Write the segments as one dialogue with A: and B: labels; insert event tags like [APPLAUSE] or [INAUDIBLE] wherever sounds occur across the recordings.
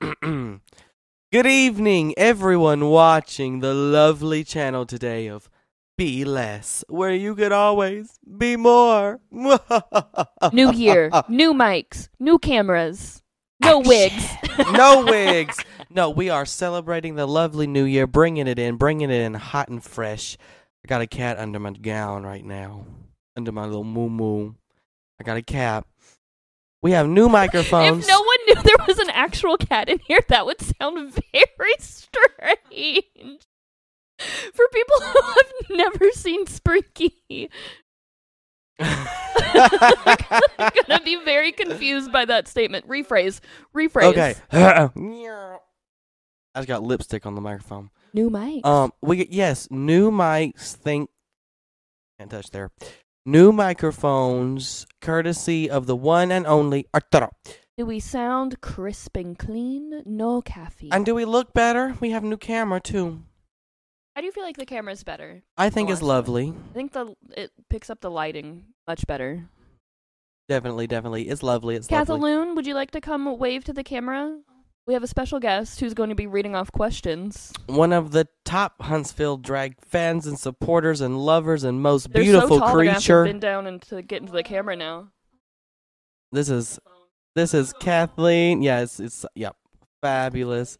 A: [CLEARS THROAT] Good evening, everyone watching the lovely channel today of Be Less, where you could always be more. [LAUGHS]
B: New year, new mics, new cameras, no wigs. [LAUGHS]
A: no wigs. No, we are celebrating the lovely new year, bringing it in, bringing it in hot and fresh. I got a cat under my gown right now, under my little moo moo. I got a cap. We have new microphones. [LAUGHS]
B: If no [LAUGHS] one knew there was an actual cat in here, that would sound very strange. For people [LAUGHS] who have never seen Sprinky, [LAUGHS] they're gonna be very confused by that statement. Rephrase. Rephrase. [LAUGHS]
A: okay. I just got lipstick on the microphone.
B: New mic.
A: Um, we get yes, new mics. Think can't touch there. New microphones, courtesy of the one and only Arturo.
B: Do we sound crisp and clean? No caffeine.
A: And do we look better? We have new camera too.
B: I do feel like the camera's better.
A: I think
B: The
A: it's
B: last one.
A: lovely.
B: I think the it picks up the lighting much better.
A: Definitely, definitely, it's lovely. It's lovely.
B: Kathaloon, would you like to come wave to the camera? We have a special guest who's going to be reading off questions.
A: One of the top Huntsville drag fans and supporters and lovers and most
B: They're
A: beautiful
B: so tall, they're gonna have to
A: creature.
B: Bend down and to get into the camera now.
A: This is this is Kathleen. Yeah, it's it's yep, fabulous.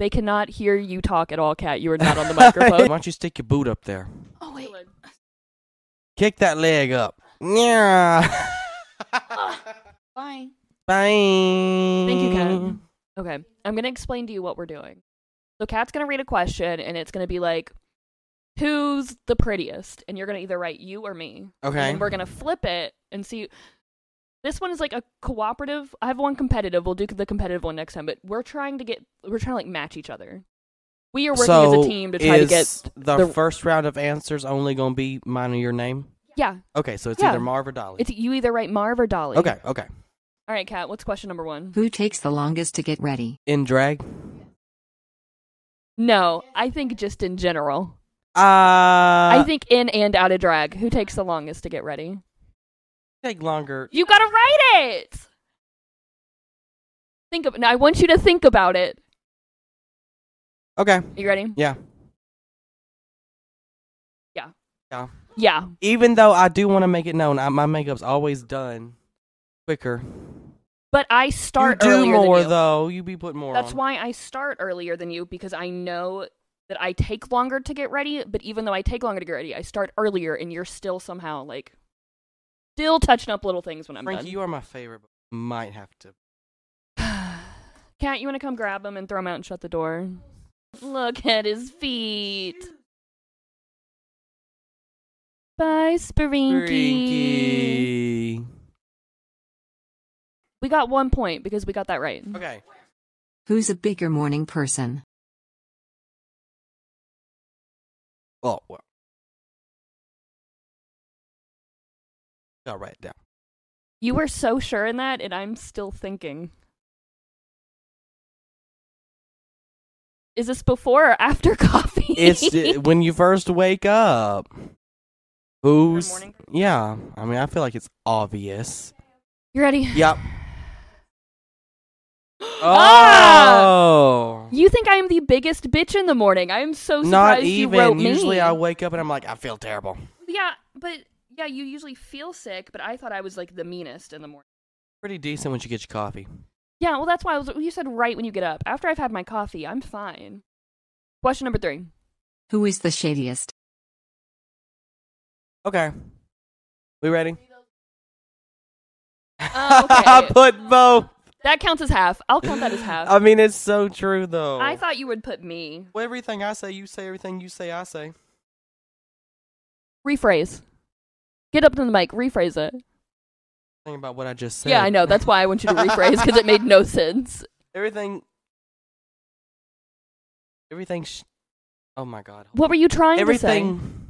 B: They cannot hear you talk at all, Kat. You are
A: [LAUGHS]
B: not on the microphone.
A: Why don't you stick your boot up there?
C: Oh wait.
A: Kick that leg
B: [LAUGHS]
A: up. Yeah.
C: Bye.
A: Bye.
B: Thank you, Kat. Okay. I'm going to explain to you what we're doing. So, Kat's going to read a question, and it's going to be like, Who's the prettiest? And you're going to either write you or me.
A: Okay.
B: And we're going to flip it and see. This one is like a cooperative. I have one competitive. We'll do the competitive one next time, but we're trying to get, we're trying to like match each other. We are working
A: so
B: as a team to try to
A: is
B: get,
A: the,
B: the-
A: first round of answers only going to be mine or your name.
B: yeah.
A: Okay, so it's
B: Yeah.
A: either Marv or Dolly.
B: It's you either write Marv or Dolly.
A: okay, okay.
B: All right, Kat, what's question number one?
C: Who takes the longest to get ready?
A: In drag.
B: No, I think just in general.
A: Uh, I
B: I think in and out of drag. Who takes the longest to get ready?
A: take longer.
B: You gotta write it. Think of. Now I want you to think about it.
A: Okay.
B: Are you ready?
A: Yeah.
B: Yeah.
A: Even though I do want to make it known, I, my makeup's always done quicker.
B: But I start
A: you do
B: earlier
A: more
B: than you.
A: though. You be putting more.
B: That's
A: on.
B: why I start earlier than you because I know that I take longer to get ready. But even though I take longer to get ready, I start earlier, and you're still somehow like still touching up little things when I'm
A: Frankie,
B: done.
A: you are my favorite. But might have to.
B: Cat, you want to come grab him and throw him out and shut the door? Look at his feet. Bye, Sparinky.
A: Frankie.
B: We got one point because we got that right.
A: Okay.
C: Who's a bigger morning person?
A: Oh well. All right, down.
B: You were so sure in that, and I'm still thinking. Is this before or after [LAUGHS] coffee?
A: It's
B: [LAUGHS]
A: uh, when you first wake up. Who's?
B: morning?
A: Yeah, I mean, I feel like it's obvious.
B: you ready? [GASPS]
A: Yep.
B: Ah!
A: Oh,
B: You think I am the biggest bitch in the morning? I am so surprised
A: not
B: you wrote
A: even.
B: me.
A: Usually, I wake up and I'm like, I feel terrible.
B: Yeah, but yeah, you usually feel sick, but I thought I was like the meanest in the morning.
A: Pretty decent once you get your coffee.
B: Yeah, well, that's why I was. You said right when you get up. After I've had my coffee, I'm fine. Question number three.
C: Who is the shadiest?
A: Okay, we ready? [LAUGHS]
B: Uh,
A: I
B: okay.
A: put both.
B: That counts as half. I'll count that as
A: [LAUGHS]
B: half.
A: I mean, it's so true though.
B: I thought you would put me.
A: Well, everything I say, you say. Everything you say, I say.
B: Rephrase. Get up to the mic. Rephrase it.
A: Think about what I just said.
B: Yeah, I know. That's why I want you to rephrase because it made no sense.
A: [LAUGHS] everything. Everything. Sh- oh my god.
B: What were you trying to say?
A: everything.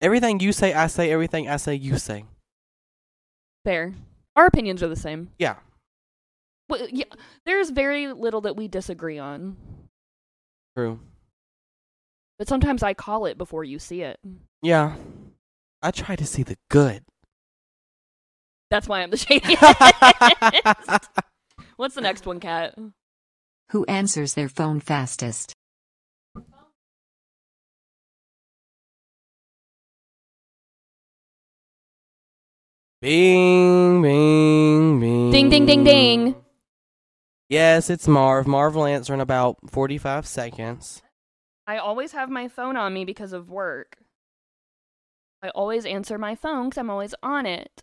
A: Everything you say, I say. Everything I say, you say.
B: Fair. Our opinions are the same.
A: Yeah.
B: Well, yeah, there's very little that we disagree on,
A: True.
B: but sometimes I call it before you see it.
A: Yeah. I try to see the
B: [LAUGHS]
A: good. [LAUGHS]
B: That's why I'm the shadiest. [LAUGHS] What's the next one, Kat?
C: Who answers their phone fastest?
A: Bing, bing, bing.
B: Ding, ding, ding, ding.
A: Yes, it's Marv. Marv will answer in about 45 seconds.
B: I always have my phone on me because of work. I always answer my phone because I'm always on it.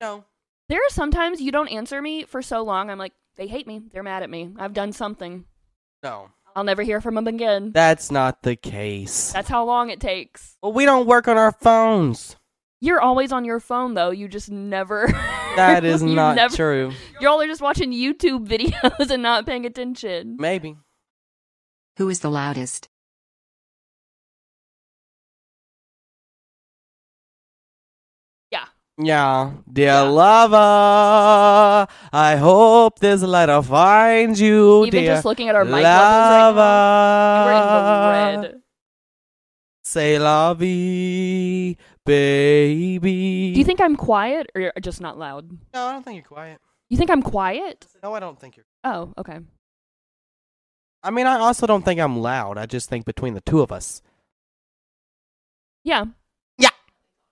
A: No.
B: There are sometimes you don't answer me for so long. I'm like, they hate me. They're mad at me. I've done something.
A: No.
B: I'll never hear from them again.
A: That's not the case.
B: That's how long it takes.
A: well, we don't work on our phones.
B: You're always on your phone though. You just
A: [LAUGHS]
B: never. [LAUGHS]
A: That is
B: you
A: not
B: never-
A: true.
B: You're all just watching YouTube videos [LAUGHS] and not paying attention.
A: Maybe.
C: Who is the loudest?
A: Yeah, dear lover, I hope this letter finds you,
B: Even
A: Oh, dear
B: just looking at our mic levels right now,
A: lover.
B: we're in the red.
A: Say lovey, baby.
B: Do you think I'm quiet or you're just not loud?
A: No, I don't think you're quiet.
B: You think I'm quiet?
A: No, I don't think you're.
B: Oh, okay.
A: I mean, I also don't think I'm loud. I just think between the two of us,
B: Yeah.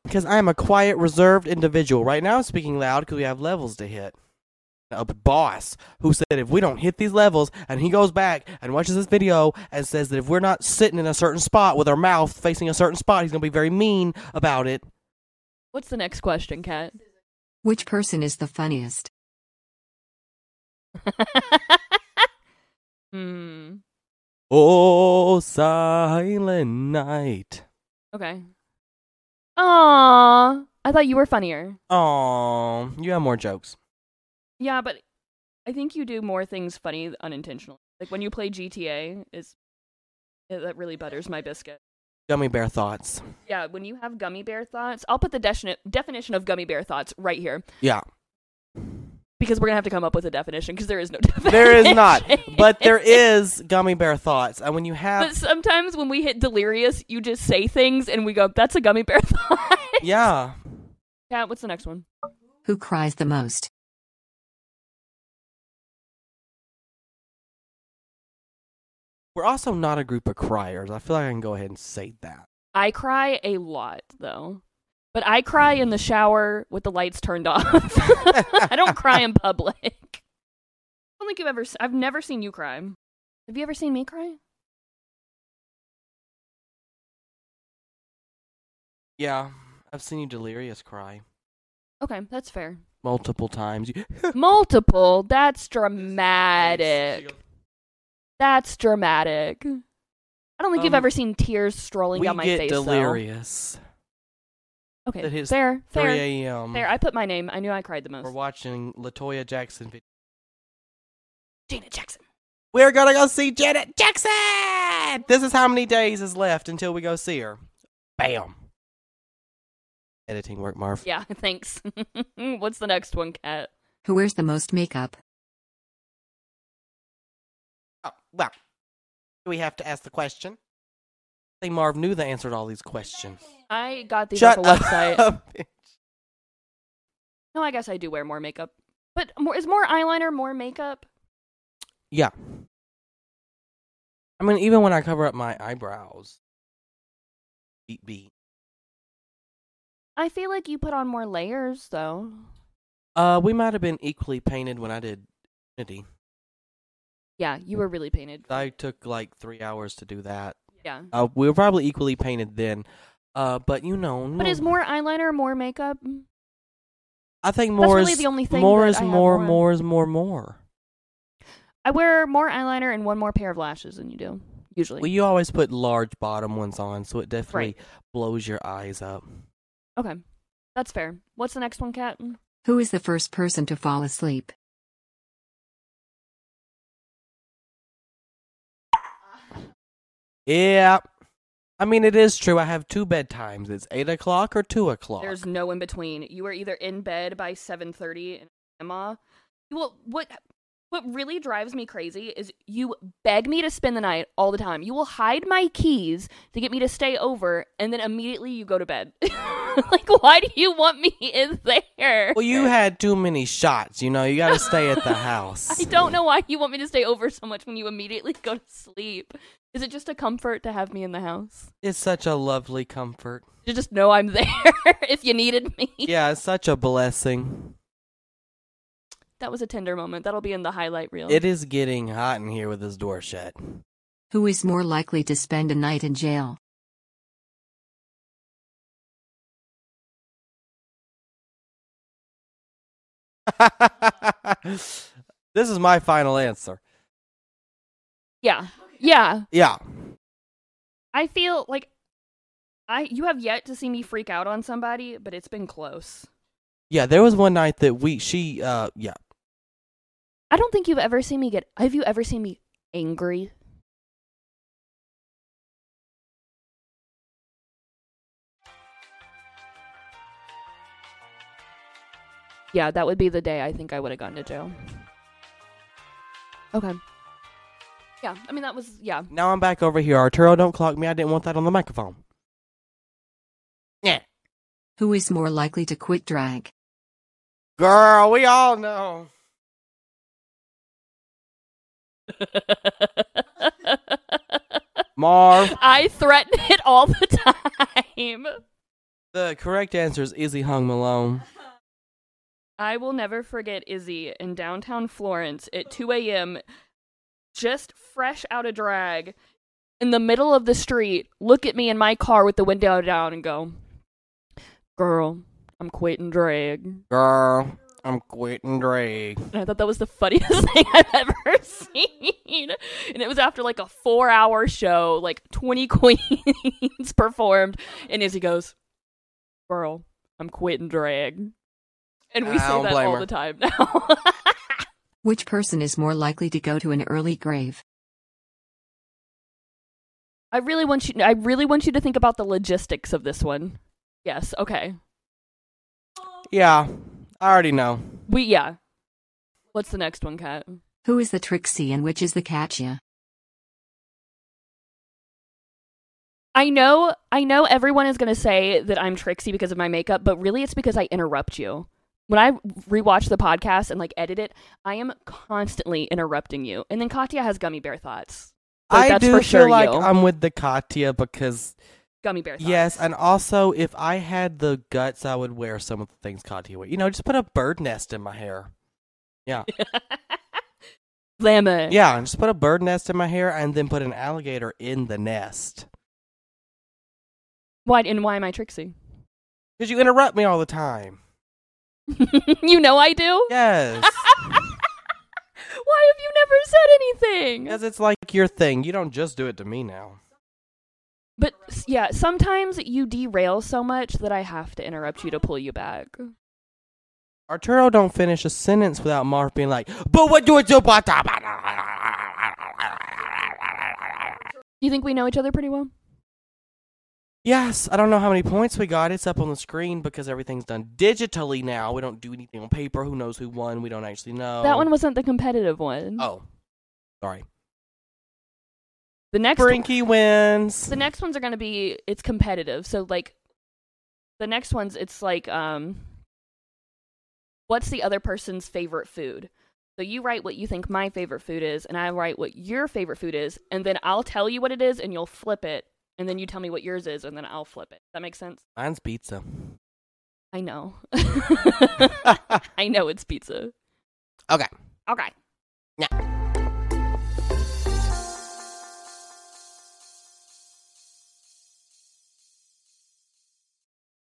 A: because I am a quiet, reserved individual. Right now, I'm speaking loud because we have levels to hit. A boss who said if we don't hit these levels, and he goes back and watches this video and says that if we're not sitting in a certain spot with our mouth facing a certain spot, he's gonna be very mean about it.
B: What's the next question, Kat? [LAUGHS]
C: Which person is the funniest?
B: hmm.
A: Oh, silent night.
B: Okay. Aww. I thought you were funnier.
A: Oh, you have more jokes.
B: Yeah, but I think you do more things funny unintentionally. Like when you play GTA, is that really butters my biscuit.
A: Gummy bear thoughts.
B: Yeah, when you have gummy bear thoughts, I'll put the defini- definition of gummy bear thoughts right here
A: Yeah.
B: because we're gonna have to come up with a definition because there is no [LAUGHS]
A: [LAUGHS]
B: definition.
A: There is not, but there is gummy bear thoughts. And when you have,
B: [LAUGHS] But sometimes when we hit delirious, you just say things and we go, "That's a gummy bear [LAUGHS] thought."
A: [LAUGHS] yeah.
B: Kat, what's the next one?
C: Who cries the most?
A: We're also not a group of criers. I feel like I can go ahead and say that.
B: I cry a lot though. But I cry in the shower with the lights turned [LAUGHS] off. I don't cry in public. I don't think you've ever s- I've never seen you cry. Have you ever seen me cry?
A: Yeah. I've seen you delirious cry
B: Okay,
A: [LAUGHS]
B: that's fair.
A: multiple times. [LAUGHS] You-
B: Multiple, that's dramatic. That's dramatic. I don't think you've
A: Um,
B: ever seen tears strolling
A: We
B: down my
A: get
B: face. though.
A: delirious
B: Okay,
A: That is
B: fair,
A: 3
B: fair,
A: a.m.
B: fair. I put my name. I knew I cried the
A: We're
B: most.
A: watching Latoya Jackson. video.
B: Janet Jackson. [LAUGHS]
A: We're gonna go see Janet Jackson. This is how many days is left until we go see her. Bam. Editing work, Marv.
B: Yeah, thanks. [LAUGHS] What's the next one, Kat?
C: Who wears the most makeup?
A: Oh, well, do we have to ask the question? I think Marv knew the answer to all these questions.
B: I got these
A: Shut
B: off
A: [LAUGHS]
B: a website. [LAUGHS]
A: up.
B: No, I guess I do wear more makeup. But more, is more eyeliner more makeup?
A: yeah. I mean, even when I cover up my eyebrows, beat beat.
B: I feel like you put on more layers, though.
A: Uh, we might have been equally painted when I did Unity.
B: Yeah, you were really painted.
A: I took like three hours to do that.
B: Yeah.
A: Uh, we were probably equally painted then. Uh, but you know,
B: But
A: no-
B: is more eyeliner more makeup?
A: I think more
B: really
A: is
B: the only thing
A: more
B: that
A: is
B: I have
A: more,
B: on.
A: more is more, more.
B: I wear more eyeliner and one more pair of lashes than you do, usually.
A: Well, you always put large bottom ones on, so it definitely
B: Right.
A: blows your eyes up.
B: okay. That's fair. What's the next one, Kat?
C: Who is the first person to fall asleep?
A: Yeah. I mean, it is true. I have two bedtimes. It's 8 o'clock or 2 o'clock.
B: There's no in between. You are either in bed by 7.30 and Emma. Well, what What really drives me crazy is you beg me to spend the night all the time. You will hide my keys to get me to stay over, and then immediately you go to bed. [LAUGHS] like, why do you want me in there?
A: Well,
B: [LAUGHS]
A: you had too many shots. You know, you got to stay at the house.
B: I don't know why you want me to stay over so much when you immediately go to sleep. Is it just a comfort to have me in the house?
A: It's such a lovely comfort.
B: You just know I'm [LAUGHS] there if you needed me.
A: Yeah, it's such a blessing.
B: That was a tender moment. That'll be in the highlight reel.
A: It is getting hot in here with this door shut. [LAUGHS]
C: Who is more likely to spend a night in jail?
A: this is my final answer.
B: yeah. Yeah.
A: Yeah.
B: I feel like I you have yet to see me freak out on somebody, but it's been close.
A: Yeah, there was one night that we she uh yeah.
B: I don't think you've ever seen me get have you ever seen me angry? Yeah, that would be the day I think I would have gone to jail. Okay. Yeah, I mean that was yeah.
A: Now I'm back over here. Arturo, don't clock me. I didn't want that on the microphone. Yeah.
C: Who is more likely to quit drag?
A: Girl, we all know. Marv,
B: I threaten it all the time.
A: the correct answer is Izzy Hung Malone.
B: I will never forget Izzy in downtown Florence at 2 a.m., just fresh out of drag, in the middle of the street, look at me in my car with the window down and go, Girl, I'm quitting drag. And
A: Girl, I'm quitting drag.
B: I thought that was the [LAUGHS] funniest thing I've ever [LAUGHS] seen. And it was after like a four hour show, like 20 [LAUGHS] queens performed. And Izzy goes, Girl, I'm quitting drag. And we
A: I
B: say
A: Ah, don't
B: that
A: blame
B: all
A: her.
B: the time now. [LAUGHS]
C: Which person is more likely to go to an early grave?
B: I really want you. I really want you to think about the logistics of this one. Yes. Okay.
A: Yeah, I already know.
B: We. Yeah. What's the next one, Kat?
C: Who is the Trixie and which is the Katya?
B: I know. I know everyone is gonna say that I'm Trixie because of my makeup, but really it's because I interrupt you. When I rewatch the podcast and like edit it, I am constantly interrupting you. And then Katya has gummy bear thoughts. So
A: I
B: that's
A: do
B: for
A: feel
B: sure
A: like
B: you.
A: I'm with the Katya because
B: Gummy bear thoughts.
A: Yes,
B: [LAUGHS]
A: and also if I had the guts, I would wear some of the things Katya wear. You know, just put a bird nest in my hair.
B: [LAUGHS]
A: Yeah,
B: Glamour.
A: yeah, just put a bird nest in my hair, and then put an alligator in the nest.
B: Why? And why am I Trixie?
A: Because you interrupt me all the time.
B: [LAUGHS] you know I do. [LAUGHS]
A: Yes,
B: Why have you never said anything?
A: because it's like your thing. You don't just do it to me now.
B: But s- yeah, sometimes you derail so much that I have to interrupt you to pull you back.
A: Arturo don't finish a sentence without Marv being like, "But what do it do?" bata- bata-
B: You think we know each other pretty well?
A: Yes, I don't know how many points we got. It's up on the screen because everything's done digitally now. We don't do anything on paper. Who knows who won? We don't actually know.
B: That one wasn't the competitive one.
A: Oh, sorry.
B: the next
A: Brinky wins.
B: the next ones are going to be it's competitive. So like the next ones it's like um what's the other person's favorite food? So you write what you think my favorite food is and I write what your favorite food is and then I'll tell you what it is and you'll flip it and then you tell me what yours is and then I'll flip it. That makes sense?
A: Mine's
B: [LAUGHS]
A: pizza. [LAUGHS]
B: I know. I know it's pizza.
A: Okay.
B: Okay.